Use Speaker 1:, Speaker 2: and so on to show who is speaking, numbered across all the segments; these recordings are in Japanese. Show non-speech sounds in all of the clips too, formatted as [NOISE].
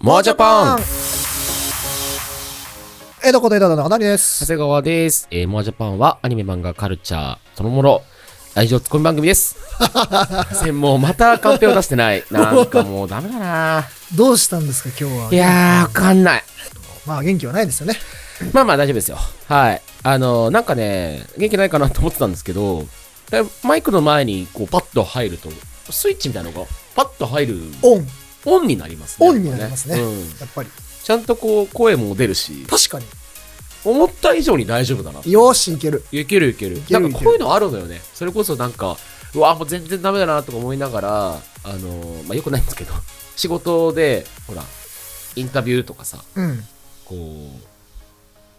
Speaker 1: モアジャパン
Speaker 2: 江戸こと江戸田の花見です
Speaker 1: 長。谷川です。えー、モアジャパンはアニメ漫画カルチャーそのもの、愛情ツッコミ番組 [LAUGHS] です。専門またカンペを出してない。なんかもうダメだな
Speaker 2: どうしたんですか、今日は。
Speaker 1: [LAUGHS] いやー、わかんない。
Speaker 2: まあ、元気はないですよね。
Speaker 1: まあまあ大丈夫ですよ。はい。あのー、なんかね、元気ないかなと思ってたんですけど、えマイクの前にこうパッと入ると、スイッチみたいなのがパッと入る、
Speaker 2: オン、
Speaker 1: オンになりますね。
Speaker 2: オンになりますね。
Speaker 1: うん
Speaker 2: やっぱり。
Speaker 1: ちゃんとこう声も出るし、
Speaker 2: 確か
Speaker 1: 思った以上に大丈夫だな
Speaker 2: に。よーし、いける。
Speaker 1: いけるいける
Speaker 2: ける
Speaker 1: なんかこういうのあるのよねそれこそなんかうわもう全然ダメだなとか思いながらあのーまあよくないんですけど [LAUGHS] 仕事でほらインタビューとかさ
Speaker 2: うん。
Speaker 1: こ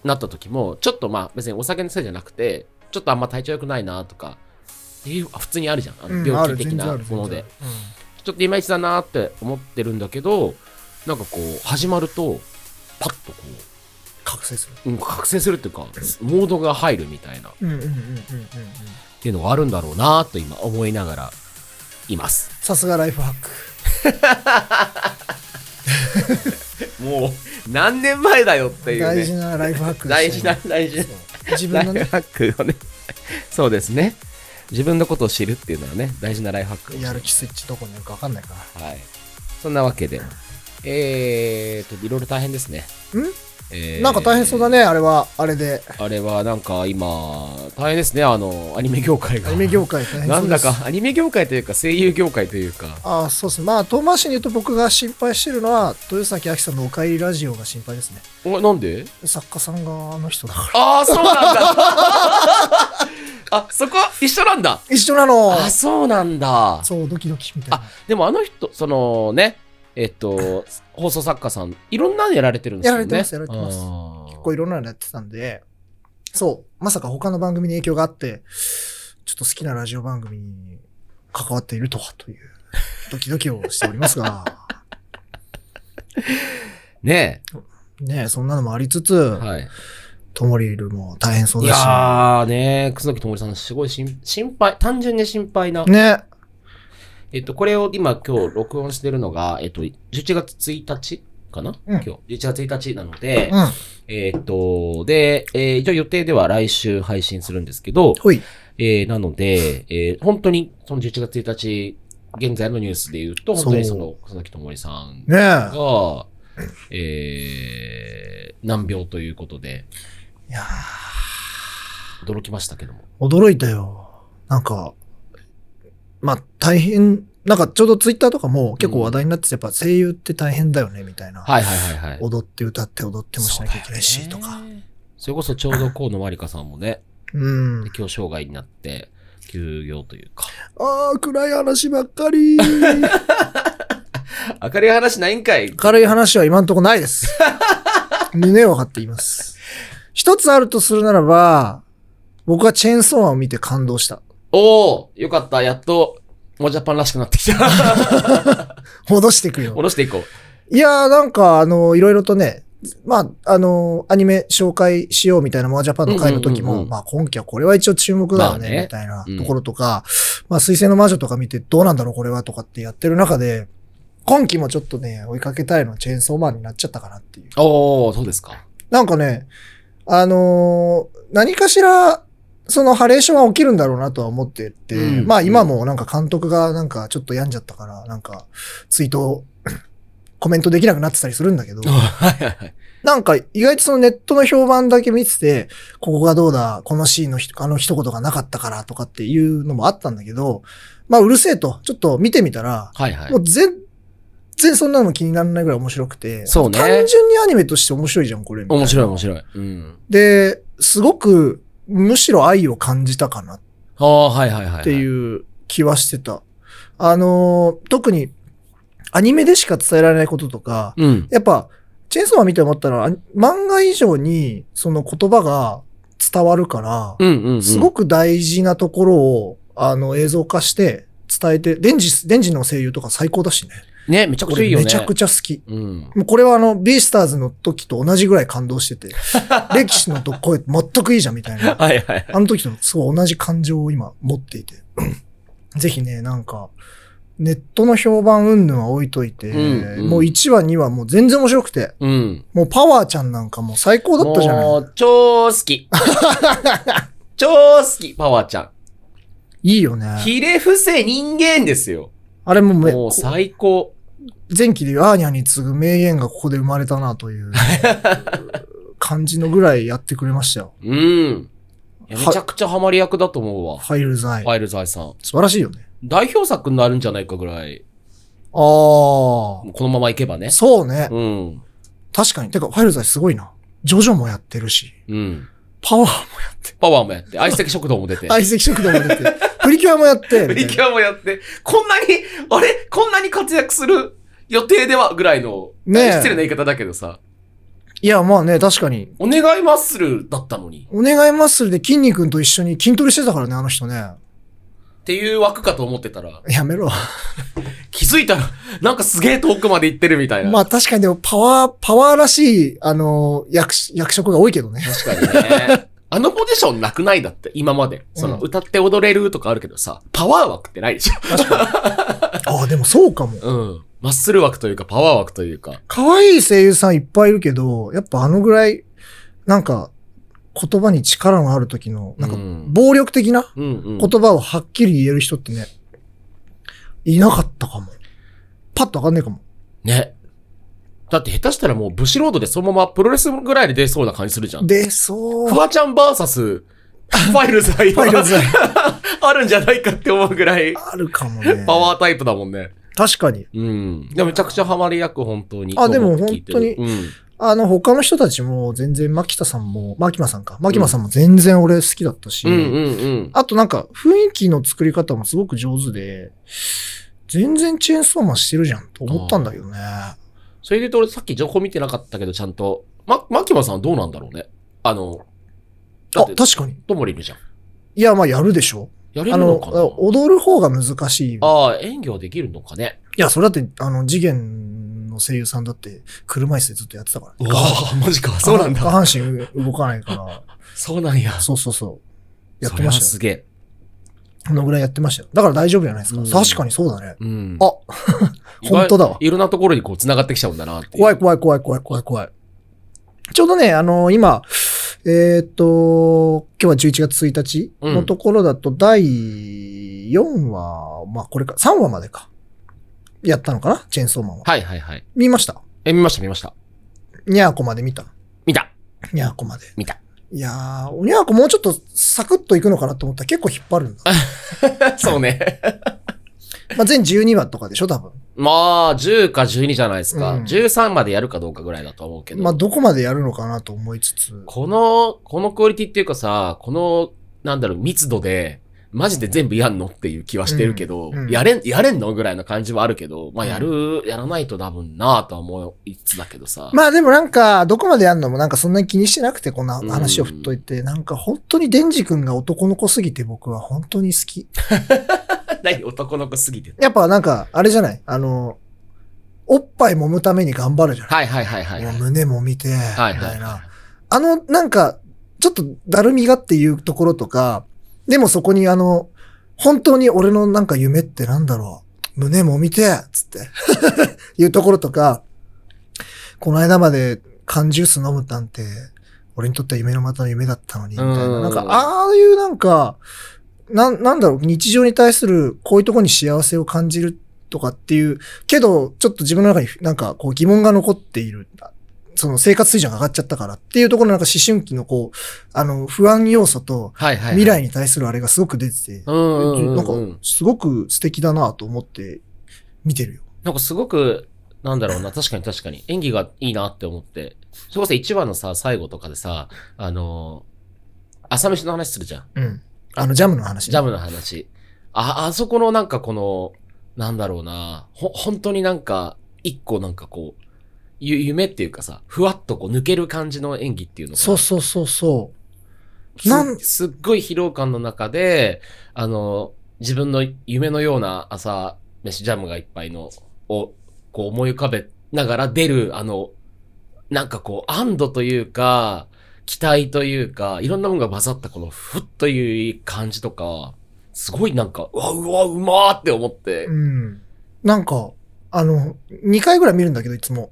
Speaker 1: うなった時もちょっとまあ別にお酒のせいじゃなくてちょっとあんま体調良くないなとかっていうあ普通にあるじゃんあ
Speaker 2: う
Speaker 1: の
Speaker 2: ん、あ
Speaker 1: 病
Speaker 2: る
Speaker 1: 気的
Speaker 2: 全然
Speaker 1: な
Speaker 2: ある
Speaker 1: もので、。
Speaker 2: 全然ある
Speaker 1: ちょっといまいちだなって思ってるんだけどなんかこう始まるとパッとこ
Speaker 2: うん覚醒する。
Speaker 1: う、うん、覚醒するっていうかモードが入るみたいな
Speaker 2: うんうんうんうんうんうん。
Speaker 1: っていうのがあるんだろうなと今思いながらいます。
Speaker 2: さすがライフハック。
Speaker 1: もう何年前だよっていうね。
Speaker 2: 大事なライフハック
Speaker 1: 大事な
Speaker 2: そ
Speaker 1: 大事な
Speaker 2: う自分の
Speaker 1: ライ
Speaker 2: ね
Speaker 1: フ、ハックをね。そうですね。自分のことを知るっていうのはね、大事なライフハックを知る
Speaker 2: やる気スイッチどこにあるか分かんないから。
Speaker 1: はい。そんなわけで。えーっと、いろいろ大変ですね。
Speaker 2: ん
Speaker 1: えー
Speaker 2: なんか大変そうだね、あれは。あれで。
Speaker 1: あれはなんか今、大変ですね、あの、アニメ業界が。
Speaker 2: アニメ業界大変そうです。
Speaker 1: なんだか、アニメ業界というか、声優業界というか。
Speaker 2: ああそうですね。まあ、遠回しに言うと僕が心配してるのは、豊崎亜希さんのおかえりラジオが心配ですね。
Speaker 1: お、なんで
Speaker 2: 作家さんがあの人だから。
Speaker 1: ああ、そうなんだ。 [LAUGHS] あ、そこ一緒なんだ。
Speaker 2: 一緒なの
Speaker 1: あ、そうなんだ。
Speaker 2: そう、ドキドキみたいな
Speaker 1: あ。、でもあの人、そのね、えっと、放送作家さん、いろんなのやられてるんですよね。
Speaker 2: やられてますやられてます結構いろんなのやってたんで、そう、まさか他の番組に影響があって、ちょっと好きなラジオ番組に関わっているとはという、ドキドキをしておりま
Speaker 1: [LAUGHS]
Speaker 2: すが、
Speaker 1: ね
Speaker 2: ねえそんなのもありつ
Speaker 1: え。
Speaker 2: つ、
Speaker 1: はい。
Speaker 2: ともりるも大変そ
Speaker 1: いう
Speaker 2: だし、
Speaker 1: やーね、楠木智さん、すごいしん心配、単純に心配な。
Speaker 2: ね、
Speaker 1: えっと、これを今今日録音してるのが、えっと、11月1日かな、
Speaker 2: うん
Speaker 1: 今日。11月1日なので、
Speaker 2: うん、
Speaker 1: えっと、で、えー一応予定では来週配信するんですけど、
Speaker 2: ほい、
Speaker 1: えーなので、えー本当に、その11月1日、現在のニュースで言うと、本当にその、佐々木智さん
Speaker 2: ね
Speaker 1: が
Speaker 2: え、
Speaker 1: えー難病ということで、
Speaker 2: いや
Speaker 1: 驚きましたけども。
Speaker 2: ー驚いたよ。なんか、まあ大変、なんかちょうどツイッターとかも結構話題になってて、やっぱ声優って大変だよね、みたいな。
Speaker 1: はいはいはいはい。
Speaker 2: 踊って歌って踊ってもしなきゃいけないし、と
Speaker 1: そう
Speaker 2: か
Speaker 1: だ。よね。それこそちょうど河野まりかさんもね、
Speaker 2: うん。
Speaker 1: 適応障害になって、休業というか。
Speaker 2: ああ、暗い話ばっか [LAUGHS] り。
Speaker 1: 明るい話ないんかい
Speaker 2: 明るい話は今んとこない [LAUGHS] です。胸を張って言います。一つあるとするならば、僕はチェーンソーマンを見て感動した。
Speaker 1: おーよかった。やっと、もうジャパンらしくなってき [LAUGHS] た。
Speaker 2: 戻していく
Speaker 1: 下
Speaker 2: よ。
Speaker 1: ろしていこう。
Speaker 2: いやーなんか、あの、いろいろとね、まあ、あの、アニメ紹介しようみたいなモアジャパンの会の時も、
Speaker 1: うんうんうんうん
Speaker 2: まあ今期はこれは一応注目だよ
Speaker 1: まあ
Speaker 2: ね、
Speaker 1: ね
Speaker 2: みたいなところとか、まあ水星の魔女とか見てどうなんだろうこれはとかってやってる中で、今期もちょっとね、追いかけたいのはチェーンソーマンになっちゃったかなっていう。
Speaker 1: おーそうですか。
Speaker 2: なんかね、あのー何かしら、そのハレーションは起きるんだろうなとは思ってて、
Speaker 1: うん
Speaker 2: まあ今もなんか監督がなんかちょっと病んじゃったから、なんかツイート、 [COUGHS] コメントできなくなってたりするんだけど、
Speaker 1: [LAUGHS] はいはいはい。
Speaker 2: なんか意外とそのネットの評判だけ見てて、ここがどうだ、このシーンのひあの一言がなかったからとかっていうのもあったんだけど、まあうるせえと、ちょっと見てみたら、
Speaker 1: はいはい
Speaker 2: も。う全然そんなの気にならないぐらい面白くて、
Speaker 1: そうね
Speaker 2: 単純にアニメとして面白いじゃん、これみたいな。
Speaker 1: 面白い面白い。うん。
Speaker 2: で、すごく、むしろ愛を感じたかなっ
Speaker 1: ああ、はいはいはいはい。
Speaker 2: ていう気はしてた。あのー、特に、アニメでしか伝えられないこととか、
Speaker 1: うん。
Speaker 2: やっぱ、チェーンソーマン見て思ったら、あ漫画以上に、その言葉が伝わるから、
Speaker 1: うんうん、うん。
Speaker 2: すごく大事なところを、あの、映像化して、伝えて、デンジ、デンジの声優とか最高だしね。
Speaker 1: ね、めちゃくちゃいいよ
Speaker 2: 俺
Speaker 1: ね。
Speaker 2: めちゃくちゃ好き。
Speaker 1: うん。
Speaker 2: もうこれはあの、ビースターズの時と同じぐらい感動
Speaker 1: [LAUGHS]
Speaker 2: してて、歴史のと声全くいいじゃんみたいな。
Speaker 1: はいはい。
Speaker 2: [CLEARS THROAT] あの時とすごい同じ感情を今持っていて。ぜひね、なんか、ネットの評判云々は置いといて、
Speaker 1: うんうん
Speaker 2: もう1話、2話もう全然面白くて、
Speaker 1: うん。
Speaker 2: もうパワーちゃんなんかもう最高だったじゃ
Speaker 1: も
Speaker 2: な
Speaker 1: う、超好
Speaker 2: [LAUGHS]
Speaker 1: き。超好き、パワーちゃん。
Speaker 2: い。いいよね。
Speaker 1: ひれ伏せ人間ですよ。
Speaker 2: あれもめ
Speaker 1: もう最高。
Speaker 2: 前期で言うアーニャに次ぐ名言がここで生まれたなという
Speaker 1: [LAUGHS]
Speaker 2: 感じのぐらいやってくれましたよ。
Speaker 1: うん。いやめ
Speaker 2: は
Speaker 1: ちゃくちゃハマり役だと思うわ。
Speaker 2: ファイル
Speaker 1: フ
Speaker 2: 剤。
Speaker 1: ァイル財さん。
Speaker 2: 素晴らしいよね。
Speaker 1: 代表作になるんじゃないかぐらい、
Speaker 2: ああ。
Speaker 1: このままいけばね。
Speaker 2: そうね。
Speaker 1: うん。
Speaker 2: 確かに。てか、ファイル剤すごいな。ジョジョもやってるし、
Speaker 1: うん。
Speaker 2: パワーもやって、
Speaker 1: パワーもやって、相席食堂も
Speaker 2: [LAUGHS]
Speaker 1: 出て。
Speaker 2: 相席食堂も出て、プリキュアもやって、
Speaker 1: [LAUGHS] プ
Speaker 2: みた
Speaker 1: リ
Speaker 2: い
Speaker 1: キ
Speaker 2: な
Speaker 1: ュアもやって、こんなに、あれこんなに活躍する予定ではぐらいの、
Speaker 2: ねえ
Speaker 1: 失礼な言い方だけどさ、
Speaker 2: いや、まあね、確かに。
Speaker 1: お願いマッスルだったのに。
Speaker 2: お願いマッスルで筋肉と一緒に筋トレしてたからね、あの人ね。
Speaker 1: っていう枠かと思ってたら、
Speaker 2: やめろ。
Speaker 1: 気づいたら、なんかすげえ遠くまで行ってるみたいな。
Speaker 2: まあ確かにでもパワー、パワーらしい、あの、役し、役職が多いけど
Speaker 1: [LAUGHS]
Speaker 2: ね。
Speaker 1: 確かにね。あのポジションなくないだって、今まで。その、
Speaker 2: うん
Speaker 1: 歌って踊れるとかあるけどさ、パワー枠ってないでし
Speaker 2: ああ、でもそうかも。
Speaker 1: ょ。うん。マッスル枠というか、パワー枠というか。
Speaker 2: 可愛い声優さんいっぱいいるけど、やっぱあのぐらい、なんか、言葉に力のある時の、なんか
Speaker 1: うん、
Speaker 2: 暴力的な
Speaker 1: うんうん。
Speaker 2: 言葉をはっきり言える人ってね、いなかったかも。パッとわかんねえかも。
Speaker 1: ね。だって下手したらもうブシロードでそのままプロレスぐらいで出そうな感じするじゃん。
Speaker 2: で、そう。
Speaker 1: フワちゃんバーサス、ファイルズが今
Speaker 2: ファイルズ
Speaker 1: あるんじゃないかって思うぐらい、
Speaker 2: あるかも
Speaker 1: [LAUGHS]
Speaker 2: ね。
Speaker 1: パワータイプだもんね。
Speaker 2: 確かに。
Speaker 1: うん。でもめちゃくちゃハマり役、本当に。
Speaker 2: あでも
Speaker 1: と思って聞いてる
Speaker 2: 本当
Speaker 1: うん。
Speaker 2: あの、他の人たちも全然、牧田さんも、牧間さんか。牧間さんも全然俺好きだったし、
Speaker 1: うんうんうん。
Speaker 2: あとなんか、雰囲気の作り方もすごく上手で、全然チェーンソーマンしてるじゃんと思ったんだけどね。
Speaker 1: それで言うと俺さっき情報見てなかったけど、ちゃんと。ま、マキマさんはどうなんだろうね。あの、だ
Speaker 2: あ
Speaker 1: っ、て、
Speaker 2: 確かに。
Speaker 1: ともりいるじゃん。
Speaker 2: いや、まあやるでしょ。
Speaker 1: やれ
Speaker 2: あ
Speaker 1: るの
Speaker 2: の
Speaker 1: かな、
Speaker 2: 踊る方が難しい。い
Speaker 1: ああ、演技はできるのかね。
Speaker 2: や、それだって、あの、次元の声優さんだって、車椅子でずっとやってたから、ね。
Speaker 1: ああ、マジか。
Speaker 2: 下
Speaker 1: そうなん
Speaker 2: 下
Speaker 1: だ。
Speaker 2: 半身動かないか
Speaker 1: そうなんや
Speaker 2: ら。。そうそうそう。やっ
Speaker 1: そ
Speaker 2: て
Speaker 1: れ
Speaker 2: ま
Speaker 1: は
Speaker 2: した
Speaker 1: す
Speaker 2: よ。
Speaker 1: げえ。
Speaker 2: このぐらいやってましたよ。だから大丈夫じゃないですか。
Speaker 1: うん
Speaker 2: 確かにそうだね。
Speaker 1: うん。
Speaker 2: あ本当だわ
Speaker 1: いろんなところにこう繋がってきちゃうんだなっていう。
Speaker 2: 怖い怖い怖い怖い怖い怖い。ちょうどね、あの今、えーっ、と、今日は11月1日のところだと、第4話、まあこれか、3話までか。やったのかなチェーンソーマンは。
Speaker 1: はいはいはい。
Speaker 2: 見ました
Speaker 1: え、見ました見ました。
Speaker 2: にゃーこまで見た。
Speaker 1: 見た [LAUGHS]
Speaker 2: にゃーこまで。
Speaker 1: 見た。
Speaker 2: いやー、にゃーこもうちょっとサクッといくのかなと思ったら結構引っ
Speaker 1: [LAUGHS]
Speaker 2: 張るんだ。
Speaker 1: そうね。
Speaker 2: まあ全12話とかでしょ、多分。
Speaker 1: まあ、10か12じゃないですか。
Speaker 2: うん
Speaker 1: 13までやるかどうかぐらいだと思うけど。
Speaker 2: まあどこまでやるのかなと思いつつ。
Speaker 1: この、このクオリティっていうかさ、この、なんだろう、密度で、マジで全部やんのっていう気はしてるけど、
Speaker 2: うんうん
Speaker 1: やれん、やれんのぐらいの感じはあるけど、まあやる、やらないと多分なぁとは思いつつだけどさ。
Speaker 2: まあでもなんか、どこまでやるのもなんかそんなに気にしてなくて、こんな話を振っといて、なんか本当にデンジ君が男の子すぎて僕は本当に好き。
Speaker 1: 何男の子すぎて。
Speaker 2: やっぱなんか、あれじゃないあの、おっぱい揉むために頑張るじゃない、
Speaker 1: はいはいはいはい。はい
Speaker 2: もう胸揉みて、み
Speaker 1: は
Speaker 2: た
Speaker 1: い
Speaker 2: いな。
Speaker 1: はい。
Speaker 2: あの、なんか、ちょっとだるみがっていうところとか、でもそこにあの、本当に俺のなんか夢ってなんだろう。胸もみてえつって、 [LAUGHS] いうところとか、この間まで缶ジュース飲むなんて、俺にとっては夢のまたの夢だったのに、みたい
Speaker 1: うん
Speaker 2: な。なんか、ああいうなんか、なん、なんだろう、日常に対する、こういうところに幸せを感じるとかっていう、けど、ちょっと自分の中になんかこう疑問が残っている。その生活水準が上がっちゃったからっていうところのなんか思春期のこう、あの、不安要素と
Speaker 1: はいはいはい。
Speaker 2: 未来に対するあれがすごく出てて、
Speaker 1: うんうんうんうん。
Speaker 2: なんかすごく素敵だなと思って見てるよ。
Speaker 1: なんかすごく、なんだろうな、確かに確かに。演技がいいなって思って。それこそ一話のさ、最後とかでさ、あのー朝飯の話するじゃん。
Speaker 2: うん。あの、ジャムの話。
Speaker 1: ジャムの話。あ、あそこのなんかこの、なんだろうな、ほ、本当になんか、一個なんかこう、ゆ、夢っていうかさ、ふわっとこう抜ける感じの演技っていうのが。
Speaker 2: そうそうそうそう。
Speaker 1: す
Speaker 2: なん
Speaker 1: すっごい疲労感の中で、あの、自分の夢のような朝飯ジャムがいっぱいのを、こう思い浮かべながら出る、あの、なんかこう、安堵というか、期待というか、いろんなものが混ざったこの、ふっという感じとか、すごいなんか、うわ、うわ、うまーって思って
Speaker 2: う、ん。なんか、あの、2回ぐらい見るんだけど、いつも。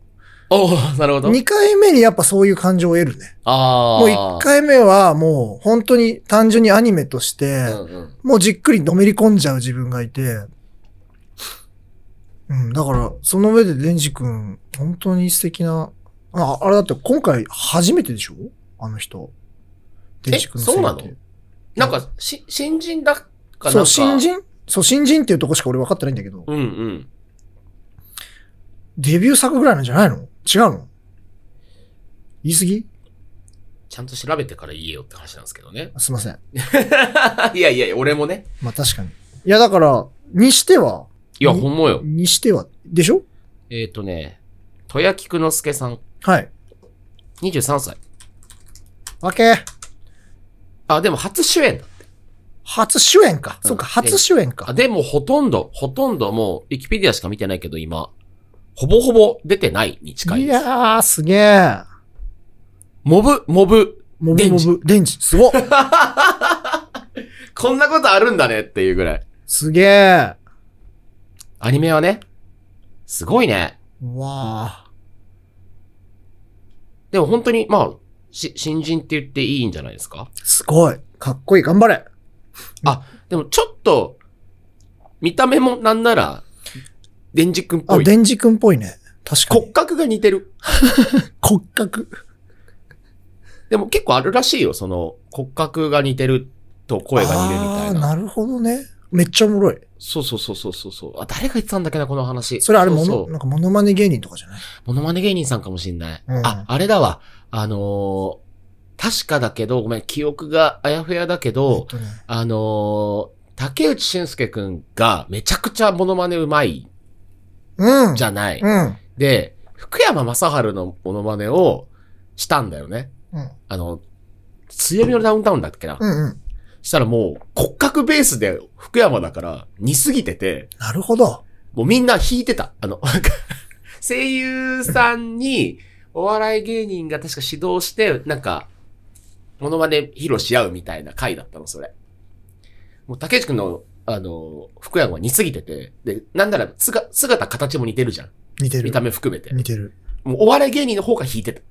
Speaker 1: おーなるほど。
Speaker 2: 2回目にやっぱそういう感情を得るね。
Speaker 1: ああ。
Speaker 2: もう1回目はもう本当に単純にアニメとして、
Speaker 1: うんうん。
Speaker 2: もうじっくりのめり込んじゃう自分がいて、うん、だから、その上でデンジ君、本当に素敵な、あ、あれだって今回初めてでしょあの人。デンジ君の声優
Speaker 1: そうなの
Speaker 2: って
Speaker 1: なんか、し、新人だから
Speaker 2: そう、新人そう、新人っていうとこしか俺分かってないんだけど、
Speaker 1: うんうん。
Speaker 2: デビュー作ぐらいなんじゃないの違うの言い過ぎ
Speaker 1: ちゃんと調べてから言えよって話なんですけどね。
Speaker 2: あすいません。
Speaker 1: [LAUGHS] いやいやいや、俺もね。
Speaker 2: まあ確かに。いや、だから、にしては、
Speaker 1: いや、
Speaker 2: に
Speaker 1: ほんまよ。
Speaker 2: にしては、でしょ
Speaker 1: えっ、とね、豊木久之助さん、
Speaker 2: はい。
Speaker 1: 23歳。
Speaker 2: わけ
Speaker 1: あ、でも初主演だ。
Speaker 2: 初主演か。
Speaker 1: うん
Speaker 2: そうか、初主演か
Speaker 1: あ。でもほとんど、ほとんどもう、ウィキペディアしか見てないけど、今、ほぼほぼ出てないに近い
Speaker 2: い
Speaker 1: です。
Speaker 2: やー、すげえ。
Speaker 1: モブ、モブ。
Speaker 2: モ
Speaker 1: デ
Speaker 2: ブ
Speaker 1: ン
Speaker 2: モ
Speaker 1: ジ
Speaker 2: ブ、デンジ。すごっ
Speaker 1: こんなことあるんだねっていうぐらい。
Speaker 2: すげえ。
Speaker 1: アニメはね、すごいね。
Speaker 2: わー。
Speaker 1: でも本当に、まあ、し、新人って言っていいんじゃないですか
Speaker 2: すごい。かっこいい。頑張れ。
Speaker 1: でもちょっと、見た目もなんなら、デンジ君っ
Speaker 2: あ、
Speaker 1: ぽい。
Speaker 2: デンジ君っぽいね。確か
Speaker 1: 骨
Speaker 2: に。
Speaker 1: 格が似てる。
Speaker 2: 骨格。
Speaker 1: でも結構あるらしいよ、その、骨格が似てると声が似るみた
Speaker 2: あ
Speaker 1: い
Speaker 2: ー
Speaker 1: な。
Speaker 2: なるほどね。めっちゃおもろい。
Speaker 1: そうそうそうそうそうそう。あ、誰が言ってたんだっけな、この話。
Speaker 2: それあれ、
Speaker 1: も
Speaker 2: も
Speaker 1: の
Speaker 2: の、なんかモノマネ芸人とかじゃない
Speaker 1: モノマネ芸人さんかもしんない。
Speaker 2: うん
Speaker 1: あ、あれだわ。あのー確かだけど、ごめん、記憶があやふやだけ
Speaker 2: えっ
Speaker 1: ど、
Speaker 2: とね。
Speaker 1: あのー竹内俊介くんがめちゃくちゃモノマネうまい
Speaker 2: うん。
Speaker 1: じゃない。
Speaker 2: うん。
Speaker 1: で、福山雅治のモノマネをしたんだよね。
Speaker 2: うん。
Speaker 1: あの、強みのダウンタウンだっけな。
Speaker 2: うんうん。
Speaker 1: したらもう骨格ベースで福山だから似すぎてて、
Speaker 2: なるほど。
Speaker 1: もうみんな引いてた。あの、なんか [LAUGHS] 声優さんにお笑い芸人が確か指導して、なんか、モノマネ披露し合うみたいな回だったの、それ。もう竹内くんの、あの、福山は似すぎてて、で、なんならつが姿形も似てるじゃん。
Speaker 2: 似てる。
Speaker 1: 見た目含めて。
Speaker 2: 似てる。
Speaker 1: もうお笑い芸人の方が引いてた。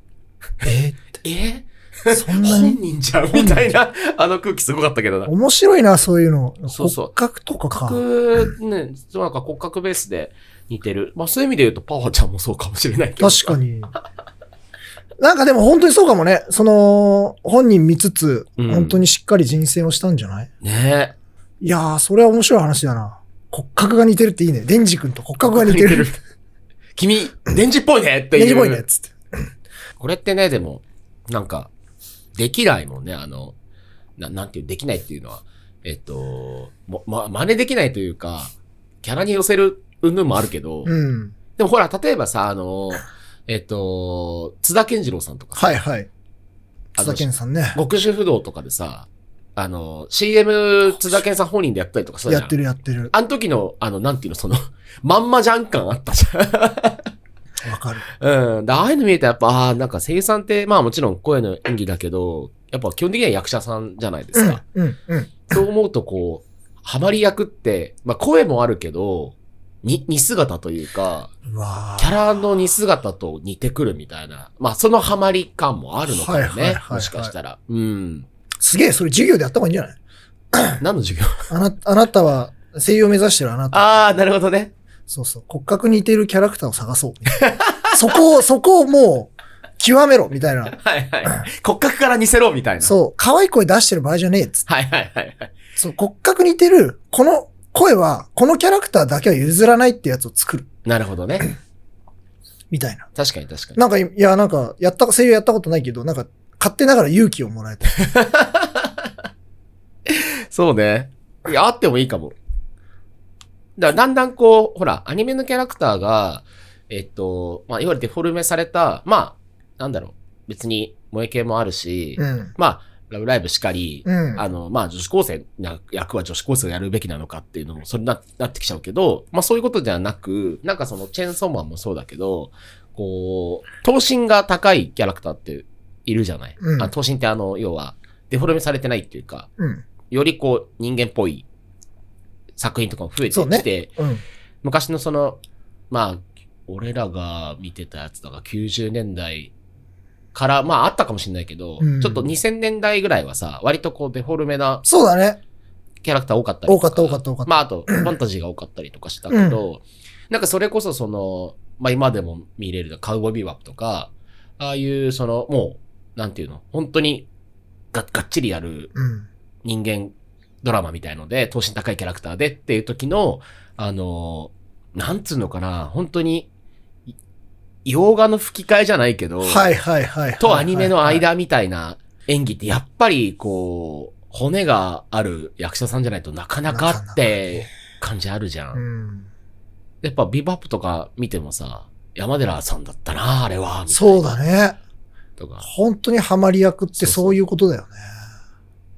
Speaker 2: え
Speaker 1: え [LAUGHS]
Speaker 2: ー、そんな
Speaker 1: 本
Speaker 2: に
Speaker 1: 人じゃんみたいな、あの空気すごかったけどな。
Speaker 2: 面白いな、そういうの。
Speaker 1: そうそう
Speaker 2: 骨格とかか。
Speaker 1: 骨格ね、そうなんか骨格ベースで似てる。まあそういう意味で言うとパワーちゃんもそうかもしれないけど。
Speaker 2: 確かに。なんかでも本当にそうかもね。その、本人見つつ、
Speaker 1: うん
Speaker 2: 本当にしっかり人選をしたんじゃない、
Speaker 1: ねえ。
Speaker 2: いやー、それは面白い話だな。骨格が似てるっていいね。デンジ君と骨格が似てる。。
Speaker 1: [LAUGHS] 君、電磁っぽいねっていう。
Speaker 2: デンジボーイね、つって。
Speaker 1: これってね、でも、なんか、できないもんね、あの、ななんていう、できないっていうのは、えっと、もま、真似できないというか、キャラに寄せる云々もあるけど、
Speaker 2: うん。
Speaker 1: でもほら、例えばさ、あの、えっと、津田健次郎さんとかさ、
Speaker 2: はいはい。
Speaker 1: あ
Speaker 2: 津
Speaker 1: の
Speaker 2: 田健さんね。
Speaker 1: 極主不動とかでさ、あの、CM 津田健さん本人でやったりとかさ、
Speaker 2: やってるやってる。
Speaker 1: あの時の、あの、なんていうの、その、 [LAUGHS] まんまじゃん感あったじ
Speaker 2: わかる。
Speaker 1: ゃん。うん。で、ああいうの見えたらやっぱ、ああ、なんか声優さんって、まあもちろん声の演技だけど、やっぱ基本的には役者さんじゃないで
Speaker 2: う
Speaker 1: す
Speaker 2: ん
Speaker 1: か。、
Speaker 2: うん、うん。
Speaker 1: そう思うとこう、ハマり役って、まあ声もあるけど、に、似姿というか、
Speaker 2: うわ
Speaker 1: キャ
Speaker 2: ー
Speaker 1: ラの似姿と似てくるみたいな、まあそのハマり感もあるのかもね、
Speaker 2: はいはいはいはい
Speaker 1: もしかしたら。うん。
Speaker 2: すげえ、それ授業でやった方がいいんじゃない
Speaker 1: 何の授業
Speaker 2: あなあなたは、声優を目指してるあなた。
Speaker 1: ああ、なるほどね。
Speaker 2: そうそう。骨格に似てるキャラクターを探そう。 [LAUGHS] そこを、そこをもう、極めろ、みたいな。
Speaker 1: はいはい。 [LAUGHS] 骨格から似せろみたいな。
Speaker 2: そう、可愛い声出してる場合じゃねえっつって。
Speaker 1: はいはいはいはい。
Speaker 2: そう、骨格似てる、この声は、このキャラクターだけは譲らないってやつを作る。
Speaker 1: なるほどね。
Speaker 2: みたいな。
Speaker 1: [COUGHS] 確かに確かに。
Speaker 2: なんか、いや、なんか、やった、声優やったことないけど、なんか、勝手ながら勇気をもらえた。
Speaker 1: そうね。いや、あってもいいかも。だからだんだんこう、ほら、アニメのキャラクターが、えっと、まあ、いわゆるデフォルメされた、まあ、なんだろう。別に、萌え系もあるし、
Speaker 2: うん。
Speaker 1: まあ、ラブライブしかり、
Speaker 2: うん。
Speaker 1: あの、まあ、女子高生な役は女子高生がやるべきなのかっていうのも、それな、なってきちゃうけど、まあ、そういうことじゃなく、なんかその、チェーンソーマンもそうだけど、こう、頭身が高いキャラクターっているじゃない、
Speaker 2: うん
Speaker 1: あ頭身ってあの、要は、デフォルメされてないっていうか、
Speaker 2: うん。
Speaker 1: よりこう、人間っぽい作品とかも増えて
Speaker 2: そうね
Speaker 1: きて、
Speaker 2: うん。
Speaker 1: 昔のその、まあ、俺らが見てたやつだが90年代から、まああったかもしれないけど、
Speaker 2: うん
Speaker 1: ちょっと2000年代ぐらいはさ、割とこうデフォルメな
Speaker 2: そうだね。
Speaker 1: キャラクター多かったりと
Speaker 2: 多かった多かった多かった
Speaker 1: まああと、ファンタジーが多かったりとかしたけど、なんかそれこそその、まあ今でも見れるカウボーイビバップとか、ああいうその、もう、なんていうの、本当にががっちりやる
Speaker 2: うん。
Speaker 1: 人間ドラマみたいので、等身高いキャラクターでっていう時の、あの、なんつうのかな、本当に、い洋画の吹き替えじゃないけど、
Speaker 2: はいはいはいはい。
Speaker 1: とアニメの。間みたいな演技って、やっぱりこう、骨がある役者さんじゃないとなかなかって感じあるじゃ。
Speaker 2: うんん。
Speaker 1: やっぱビバップとか見てもさ、山寺さんだったな、あれは、みたい
Speaker 2: そうだね。
Speaker 1: なとか、
Speaker 2: 本当にハマり役ってそういうことだよね。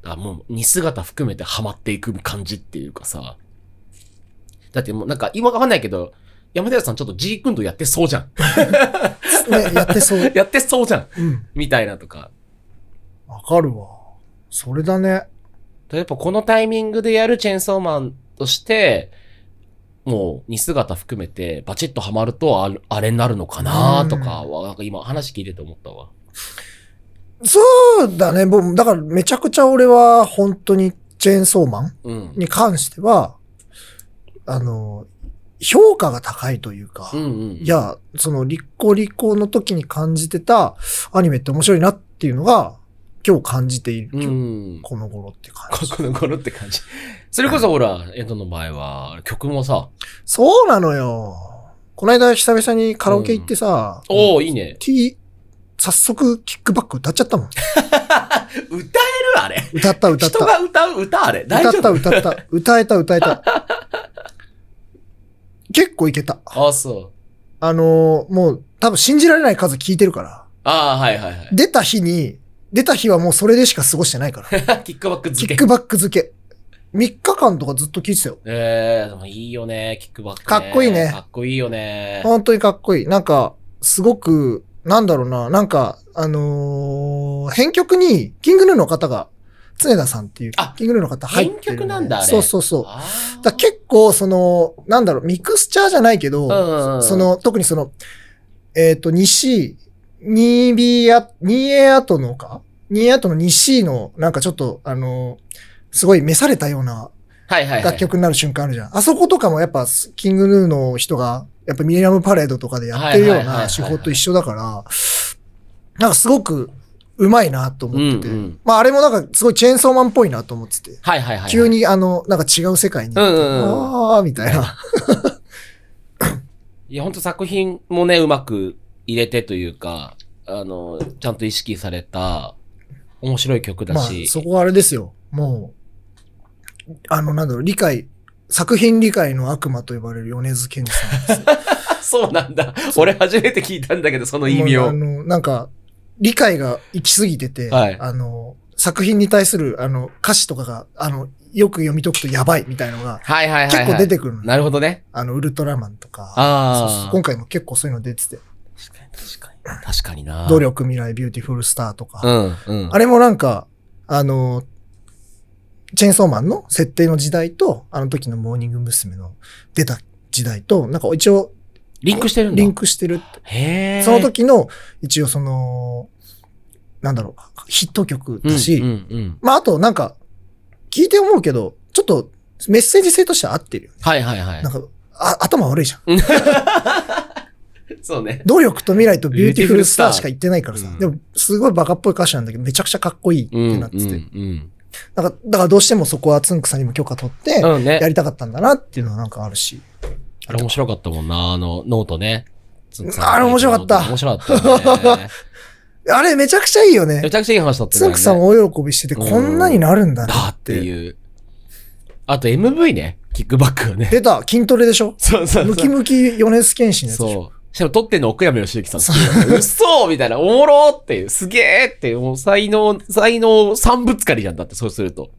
Speaker 1: あもう、似姿含めてハマっていく感じっていうかさ。だってもうなんか、今わかんないけど、山寺さんちょっと G 君とやってそうじゃん。 [LAUGHS]
Speaker 2: ね、やってそう。
Speaker 1: やってそうじゃん。
Speaker 2: うん。
Speaker 1: みたいなとか。
Speaker 2: わかるわ。それだね。
Speaker 1: やっぱこのタイミングでやるチェーンソーマンとして、もう、似姿含めて、バチッとハマると、ああれになるのかなとかは、なんか今話聞いてて思ったわ。
Speaker 2: そうだね。もう、だからめちゃくちゃ俺は本当にチェーンソーマン
Speaker 1: うん。
Speaker 2: に関しては、あの、評価が高いというか、
Speaker 1: うんうん。
Speaker 2: い、や、その、リコリコの時に感じてたアニメって面白いなっていうのが、今日感じている。
Speaker 1: うん。
Speaker 2: この頃って感
Speaker 1: こ
Speaker 2: じ。
Speaker 1: この頃って感じ。それこそほら、エンドの場合は、曲もさ、
Speaker 2: そうなのよ。この間久々にカラオケ行ってさ、
Speaker 1: おおいいね。
Speaker 2: T、早速キックバック歌っちゃったもん。
Speaker 1: [LAUGHS] 歌えるあれ。
Speaker 2: 歌った歌っ
Speaker 1: 人
Speaker 2: た。
Speaker 1: が歌う歌あれ。大丈
Speaker 2: 歌
Speaker 1: 夫
Speaker 2: った歌った。歌えた歌えた。結構いけた。
Speaker 1: ああ、そう。
Speaker 2: あのーもう多分信じられない数聞いてるから。
Speaker 1: ああ、はいはいはい。
Speaker 2: 出た日に、出た日はもうそれでしか過ごしてな
Speaker 1: [LAUGHS]
Speaker 2: いから。
Speaker 1: キックバック
Speaker 2: キ
Speaker 1: 付
Speaker 2: ッ
Speaker 1: け。
Speaker 2: クバック付け。3日間とかずっと聞いてたよ。
Speaker 1: ええー、でもいいよね、キックバック、ね。
Speaker 2: かっこいいね
Speaker 1: かっこいいよね。
Speaker 2: 本当にかっこいい。なんか、すごく、なんだろうな、なんか、あのー編曲に、キングヌーの方が、常田さんっていう
Speaker 1: あ、
Speaker 2: キングヌーの方入ってる、
Speaker 1: 編曲なんだあれ
Speaker 2: そうそうそう。
Speaker 1: あー
Speaker 2: だ結構、その、なんだろう、ミクスチャーじゃないけど、
Speaker 1: うんうん
Speaker 2: その、特にその、えっ、と、西、ニービア、ニーエアトのかニーエアトの西の、なんかちょっと、あのーすごい召されたような
Speaker 1: はいはいはい。
Speaker 2: 楽曲になる瞬間あるじゃん。あそことかもやっぱ、キングヌーの人が、やっぱミリアムパレードとかでやってるよ
Speaker 1: は
Speaker 2: う
Speaker 1: いはいはいは
Speaker 2: ない手法と一緒だから、なんかすごくうまいなと
Speaker 1: うん
Speaker 2: 思ってて。
Speaker 1: うん。
Speaker 2: まああれもなんかすごいチェーンソーマンっぽいなと思ってて。
Speaker 1: はいはいはい。
Speaker 2: 急。にあの、なんか違う世界に。
Speaker 1: うんうんうん。
Speaker 2: ああ、みたいな。
Speaker 1: いや、ほんと作品もね、うまく入れてというか、あの、ちゃんと意識された、面白い曲だ
Speaker 2: まあ
Speaker 1: し。
Speaker 2: そこはあれですよ。もう、あの、なんだろう、理解、作品理解の悪魔と呼ばれる米津玄
Speaker 1: [LAUGHS]
Speaker 2: 師さんですよ。
Speaker 1: あ [LAUGHS] そうなんだ。俺初めて聞いたんだけど、その意味
Speaker 2: もうあ
Speaker 1: を。
Speaker 2: の、なんか、理解が行き過ぎてて、
Speaker 1: はい
Speaker 2: あの、作品に対する、あの、歌詞とかが、あの、よく読み解くとやばいみたいのが、
Speaker 1: はいはいはい、はい。
Speaker 2: 結構出てくるの、
Speaker 1: なるほどね。
Speaker 2: あの、ウルトラマンとか、そう
Speaker 1: あ
Speaker 2: そ
Speaker 1: あ。
Speaker 2: う今回も結構そういうの出てて、
Speaker 1: 確かに確かに。確かにな。
Speaker 2: 努力未来ビューティフルスターとか、
Speaker 1: うんうん。
Speaker 2: あれもなんか、あの、チェーンソーマンの設定の時代と、あの時のモーニング娘。の出た時代と、なんか一応
Speaker 1: リンクしてるんだ。
Speaker 2: リンクしてるって
Speaker 1: へえ。
Speaker 2: その時の、一応その、なんだろう、ヒット曲だし、
Speaker 1: うんうんうん。
Speaker 2: まああとなんか、聞いて思うけど、ちょっとメッセージ性としては合ってるよね。
Speaker 1: はいはいはい
Speaker 2: なん。か、あ頭悪いじゃん。
Speaker 1: そうね。
Speaker 2: 努力と未来とビューティフルスターしか言ってないからさ。
Speaker 1: うん
Speaker 2: でも、すごいバカっぽい歌詞なんだけど、めちゃくちゃかっこいいってなってて。
Speaker 1: うん。
Speaker 2: なんか、だからどうしてもそこはつんくさんにも許可取って、
Speaker 1: うんね
Speaker 2: や。りたかったんだなっていうのはなんかあるし。
Speaker 1: あれ面白かったもんな、あの、ノートね。
Speaker 2: あれ面白かった
Speaker 1: 面白かった、
Speaker 2: [LAUGHS]
Speaker 1: ね。
Speaker 2: あれめちゃくちゃいいよね
Speaker 1: め。ちゃくちゃいい話だった
Speaker 2: つんくさん
Speaker 1: も。
Speaker 2: 大喜びしてて、
Speaker 1: うん
Speaker 2: こんなになるんだ
Speaker 1: だ
Speaker 2: な
Speaker 1: っ
Speaker 2: ってて。
Speaker 1: いう。あと MV ね。キックバックがね。
Speaker 2: 出た筋トレでしょ
Speaker 1: そうそうそう。
Speaker 2: ムキムキ米津玄師のやつでしょ
Speaker 1: そう。しかも撮ってんの奥山義行さんって
Speaker 2: [LAUGHS]
Speaker 1: いう。嘘みたいな。おもろっていう。すげえっていう。もう才能、才能三ぶつかりじゃんだって、そうすると。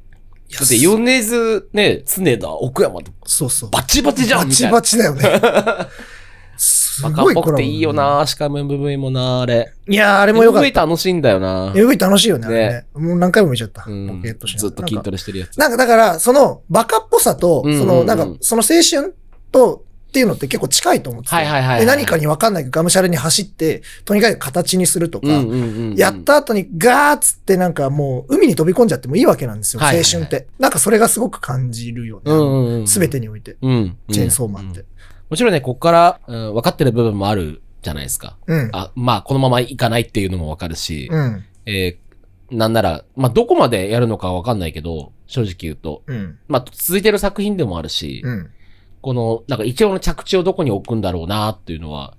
Speaker 2: いや
Speaker 1: だって、米津、ね、常田、奥山と
Speaker 2: そうそう。
Speaker 1: バチバチじゃん
Speaker 2: バ
Speaker 1: みた
Speaker 2: チ
Speaker 1: いな
Speaker 2: バ。チだよね。す
Speaker 1: バカ
Speaker 2: ご
Speaker 1: っ
Speaker 2: い
Speaker 1: ぽ
Speaker 2: コ
Speaker 1: く
Speaker 2: ラボ。
Speaker 1: ていいよ。な。しかも MV もな、あれ。
Speaker 2: いやー、あれもよかっ
Speaker 1: MV
Speaker 2: た。
Speaker 1: 楽しいんだよな。
Speaker 2: MV 楽しいよね、あれ
Speaker 1: ね
Speaker 2: ね。もう何回も見ちゃった。
Speaker 1: う
Speaker 2: ポ
Speaker 1: ん
Speaker 2: ケットしな
Speaker 1: ずっと筋トレしてるやつ。
Speaker 2: なんか、なんかだから、その、バカっぽさと、
Speaker 1: うんうんうん
Speaker 2: その、なんか、その青春と、っていうのって結構近いと思ってて、
Speaker 1: はいはいはいはい
Speaker 2: で何かに分かんないけどがむしゃらに走って、とにかく形にするとか、
Speaker 1: うんうんうんうん
Speaker 2: やった後にガーッつってなんかもう海に飛び込んじゃってもいいわけなんですよ、
Speaker 1: はいはいはい
Speaker 2: 青春って。なんかそれがすごく感じるよ
Speaker 1: うん
Speaker 2: ね。
Speaker 1: うんうん
Speaker 2: すべ、てにおいて、
Speaker 1: うん
Speaker 2: チェーンソーマンって。
Speaker 1: もちろんね、ここから、うん分かってる部分もあるじゃないですか。
Speaker 2: うん。
Speaker 1: あ、まあ、このままいかないっていうのも分かるし、
Speaker 2: うん。
Speaker 1: えーなんなら、まあ、どこまでやるのか分かんないけど、正直言うと、
Speaker 2: うん。
Speaker 1: まあ、続いてる作品でもあるし、
Speaker 2: うん。
Speaker 1: この、なんか一応の着地をどこに置くんだろうなっていうのは、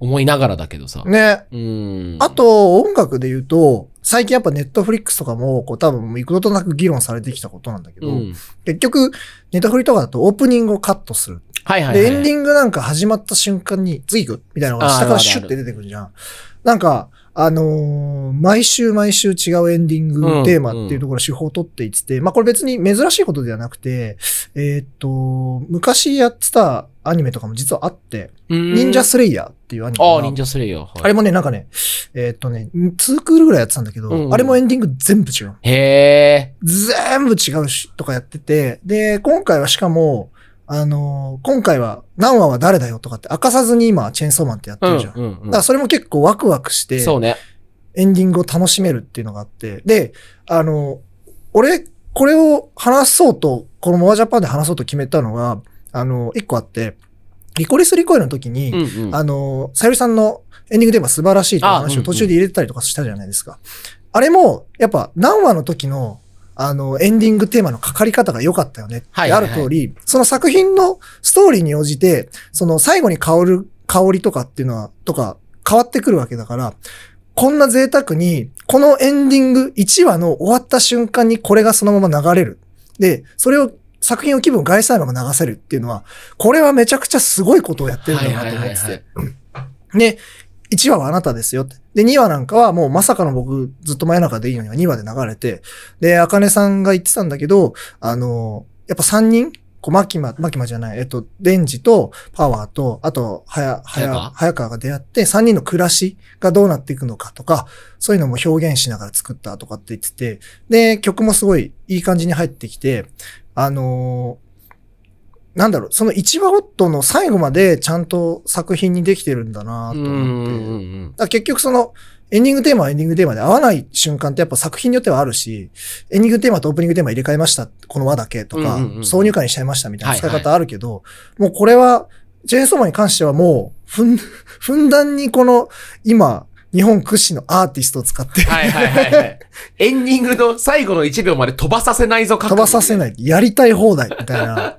Speaker 1: 思いながらだけどさ。
Speaker 2: ね。
Speaker 1: うん。
Speaker 2: あ、と、音楽で言うと、最近やっぱネットフリックスとかも、こう多分もう幾度となく議論されてきたことなんだけど、
Speaker 1: うん。
Speaker 2: 結局、ネタフリとかだとオープニングをカットする。
Speaker 1: はいはい、はい。
Speaker 2: で、エンディングなんか始まった瞬間に、次行くみたいなのが下からシュッて出てくるじゃん。なんか、あのー毎週毎週違うエンディング
Speaker 1: うん
Speaker 2: テーマっていうところ手法を取っていってて、まあこれ別に珍しいことではなくて、えーっと、昔やってたアニメとかも実はあって、
Speaker 1: うん
Speaker 2: 忍者スレイヤーっていうアニメ
Speaker 1: あ
Speaker 2: が
Speaker 1: あ、忍者スレイヤー。はい
Speaker 2: あれもね、なんかね、えーっとね、2クールぐらいやってたんだけど、
Speaker 1: うんうん
Speaker 2: あれもエンディング全部違う。
Speaker 1: へえ。
Speaker 2: 全部違うし、とかやってて、で、今回はしかも、あのー今回は何話は誰だよとかって明かさずに今、チェーンソーマンってやって
Speaker 1: うん
Speaker 2: るじゃん。
Speaker 1: うんうん
Speaker 2: だからそれも結構ワクワクして、
Speaker 1: そうね。
Speaker 2: エンディングを楽しめるっていうのがあって、で、あのー俺、これを話そうと、このモアジャパンで話そうと決めたのが、あのー一個あって、リコリスリコイルの時に、
Speaker 1: うんうん。
Speaker 2: あの、さゆりさんのエンディングテーマ素晴らしいという
Speaker 1: あ
Speaker 2: 話
Speaker 1: うん
Speaker 2: を途中で入れてたりとかしたじゃないですか。あれも、やっぱ何話の時の、あの、エンディングテーマのかかり方が良かったよねって
Speaker 1: はいは
Speaker 2: あ
Speaker 1: いは
Speaker 2: る
Speaker 1: い
Speaker 2: 通り、その作品のストーリーに応じて、その最後に香る香りとかっていうのは、とか変わってくるわけだから、こんな贅沢に、このエンディング1話の終わった瞬間にこれがそのまま流れる。で、それを、作品を気分を害さないまま流せるっていうのは、これはめちゃくちゃすごいことをやってるんだなと思ってて。で、1話はあなたですよって。で、2話なんかはもうまさかの僕、ずっと前中でいいのには2話で流れて、で、あかねさんが言ってたんだけど、あの、やっぱ3人、こう、マキマ、マキマじゃない、えっと、デンジと、パワーと、あと、はや、は
Speaker 1: 早
Speaker 2: や
Speaker 1: 川、
Speaker 2: 早川が出会って、3人の暮らしがどうなっていくのかとか、そういうのも表現しながら作ったとかって言ってて、で、曲もすごいいい感じに入ってきて、あのーなんだろう、その1話ごとの最後までちゃんと作品にできてるんだな
Speaker 1: う
Speaker 2: と
Speaker 1: んう
Speaker 2: 思
Speaker 1: ん
Speaker 2: っ
Speaker 1: う
Speaker 2: て。
Speaker 1: んうん。
Speaker 2: だから結局その、エンディングテーマはエンディングテーマで合わない瞬間ってやっぱ作品によってはあるし、エンディングテーマとオープニングテーマ入れ替えました、この輪だけとか、
Speaker 1: うんうんうん
Speaker 2: 挿入歌にしちゃいましたみたいな使い
Speaker 1: はい
Speaker 2: 方あるけど、もうこれは、ジェーンソーマンに関してはもう、ふん、ふんだんにこの、今、日本屈指のアーティストを使って、
Speaker 1: はいはいはいはい。エンディングの最後の1秒まで飛ばさせないぞ、
Speaker 2: 飛ばさせ
Speaker 1: ない。
Speaker 2: ない、やりたい放題みたいな。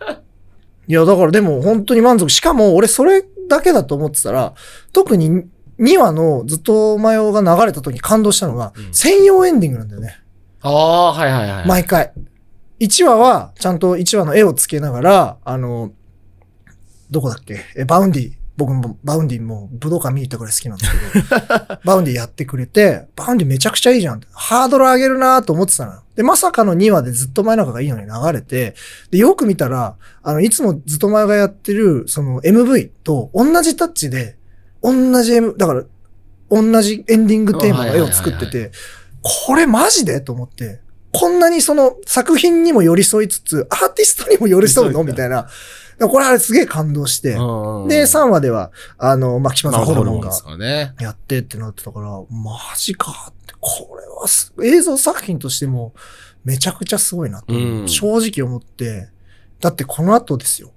Speaker 2: いや、だからでも本当に満足。しかも俺それだけだと思ってたら、特に2話のずっと前が流れた時に感動したのが、
Speaker 1: うん
Speaker 2: 専用エンディングなんだよね。
Speaker 1: ああ、はいはいはい。
Speaker 2: 毎回。1話は、ちゃんと1話の絵をつけながら、あの、どこだっけえ、バウンディ。僕もバウンディも武道館見に行ったくらい好きなんですけ
Speaker 1: [LAUGHS]
Speaker 2: ど、バウンディやってくれて、バウンディめちゃくちゃいいじゃんって。ハードル上げるなと思ってたのよ。で、まさかの2話でずっと前中がいいのに流れて、で、よく見たら、あの、いつもずっと前がやってる、その MV と同じタッチで、同じ M、だから、同じエンディングテーマの絵を作ってて、これマジでと思って、こんなにその作品にも寄り添いつつ、アーティストにも寄り添うの
Speaker 1: 寄り添う
Speaker 2: みたいな。これあれすげえ感動して。
Speaker 1: うんうん
Speaker 2: で、3話では、あの、牧島
Speaker 1: ま
Speaker 2: さん
Speaker 1: あ、
Speaker 2: ホ
Speaker 1: ホ
Speaker 2: ル
Speaker 1: ル
Speaker 2: モ
Speaker 1: モ
Speaker 2: ン
Speaker 1: ン
Speaker 2: が
Speaker 1: ですからね。
Speaker 2: やってってなってたから、マジかって、これはす映像作品としてもめちゃくちゃすごいなと、
Speaker 1: うん
Speaker 2: 正直思って、だってこの後ですよ。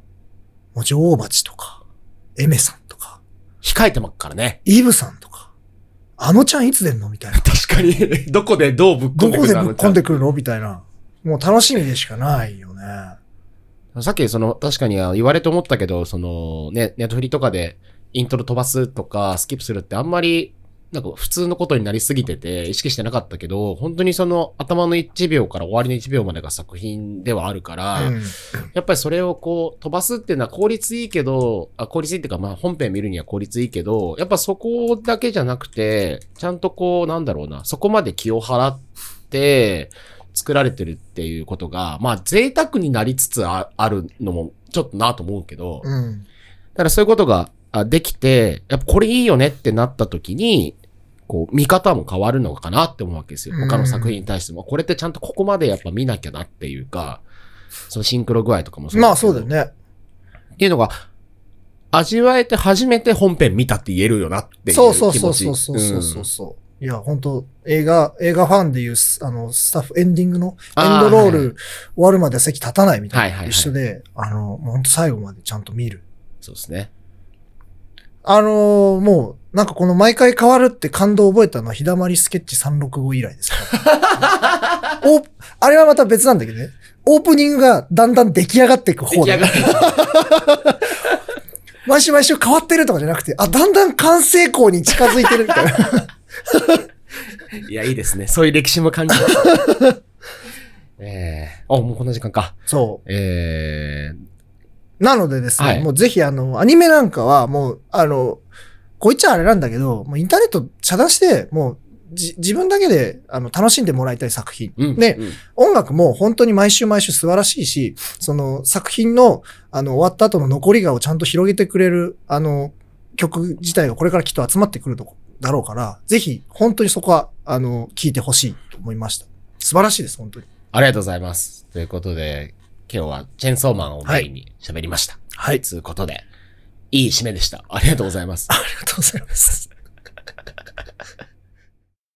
Speaker 2: もう女王蜂とか、エメさんとか、
Speaker 1: 控えてますからね。
Speaker 2: イブさんとか、あのちゃんいつ出んのみたいな。
Speaker 1: 確かに。 [LAUGHS] どこでどうぶっ込
Speaker 2: ど
Speaker 1: んで
Speaker 2: こ
Speaker 1: く
Speaker 2: で
Speaker 1: る
Speaker 2: ぶっ込んでくるのみたいな。もう楽しみでしかないよね。
Speaker 1: さっき、その、確かにあの言われて思ったけど、その、ね、ネットフリとかで、イントロ飛ばすとか、スキップするってあんまり、なんか普通のことになりすぎてて、意識してなかったけど、本当にその、頭の1秒から終わりの1秒までが作品ではあるから、
Speaker 2: うん
Speaker 1: やっぱりそれをこう、飛ばすっていうのは効率いいけど、あ効率いいっていうか、まあ本編見るには効率いいけど、やっぱそこだけじゃなくて、ちゃんとこう、なんだろうな、そこまで気を払って、作られてるっていうことが、まあ贅沢になりつつああるのも、ちょっとなと思うけど、だ
Speaker 2: うん。
Speaker 1: からそういうことがあできて、やっぱこれいいよねってなった時に、こう、見方も変わるのかなって思うわけですよ。他の作品に対しても、これってちゃんとここまでやっぱ見なきゃなっていうか、そのシンクロ具合とかも
Speaker 2: まあ
Speaker 1: けど
Speaker 2: そうだよね。
Speaker 1: っていうのが味わえて初めて本編見たって言えるよなっていう気持ち。
Speaker 2: そうそうそうそうそうそうそうそう、いや、本当映画、映画ファンでいうス、あの、スタッフ、エンディングの、エン
Speaker 1: あー
Speaker 2: ドロール終わるまで席立たないみたい
Speaker 1: はいはい
Speaker 2: な。
Speaker 1: はい
Speaker 2: 一緒で、あの、本当最後までちゃんと見る。
Speaker 1: うんそうですね。
Speaker 2: あのーもう、なんかこの毎回変わるって感動を覚えたのは、日だまりスケッチ365以来で
Speaker 1: [LAUGHS]
Speaker 2: すから。おあれはまた別なんだけどね。オープニングがだんだん出来上がっていく
Speaker 1: 出
Speaker 2: 方
Speaker 1: 来上
Speaker 2: で
Speaker 1: が。る。
Speaker 2: 毎週毎週変わってるとかじゃなくて、あ、だんだん完成校に近づいてるみたい
Speaker 1: [LAUGHS]
Speaker 2: な。
Speaker 1: いや、いいですね。そういう歴史も感じる。
Speaker 2: [LAUGHS]
Speaker 1: ええあ、もうこんな時間か。
Speaker 2: そ
Speaker 1: ええ
Speaker 2: う。なのでですね、
Speaker 1: はい
Speaker 2: もうぜひあの、アニメなんかはもう、あの、こう言っちゃあれなんだけど、もうインターネット遮断して、もう、じ自分だけであの楽しんでもらいたい作品。
Speaker 1: うん。
Speaker 2: ね
Speaker 1: うん
Speaker 2: 音楽も本当に毎週毎週素晴らしいし、その作品の、あの、終わった後の残りがをちゃんと広げてくれる、あの、曲自体がこれからきっと集まってくるとこだろうから、ぜひ、本当にそこは、あの、聞いてほしいと思いました。素晴らしいです、本当に。
Speaker 1: ありがとうございます。ということで、今日はチェンソーマンをメインに喋りました。
Speaker 2: はい。
Speaker 1: ということで、いい締めでした。ありがとうございます。
Speaker 2: ありがとうございます。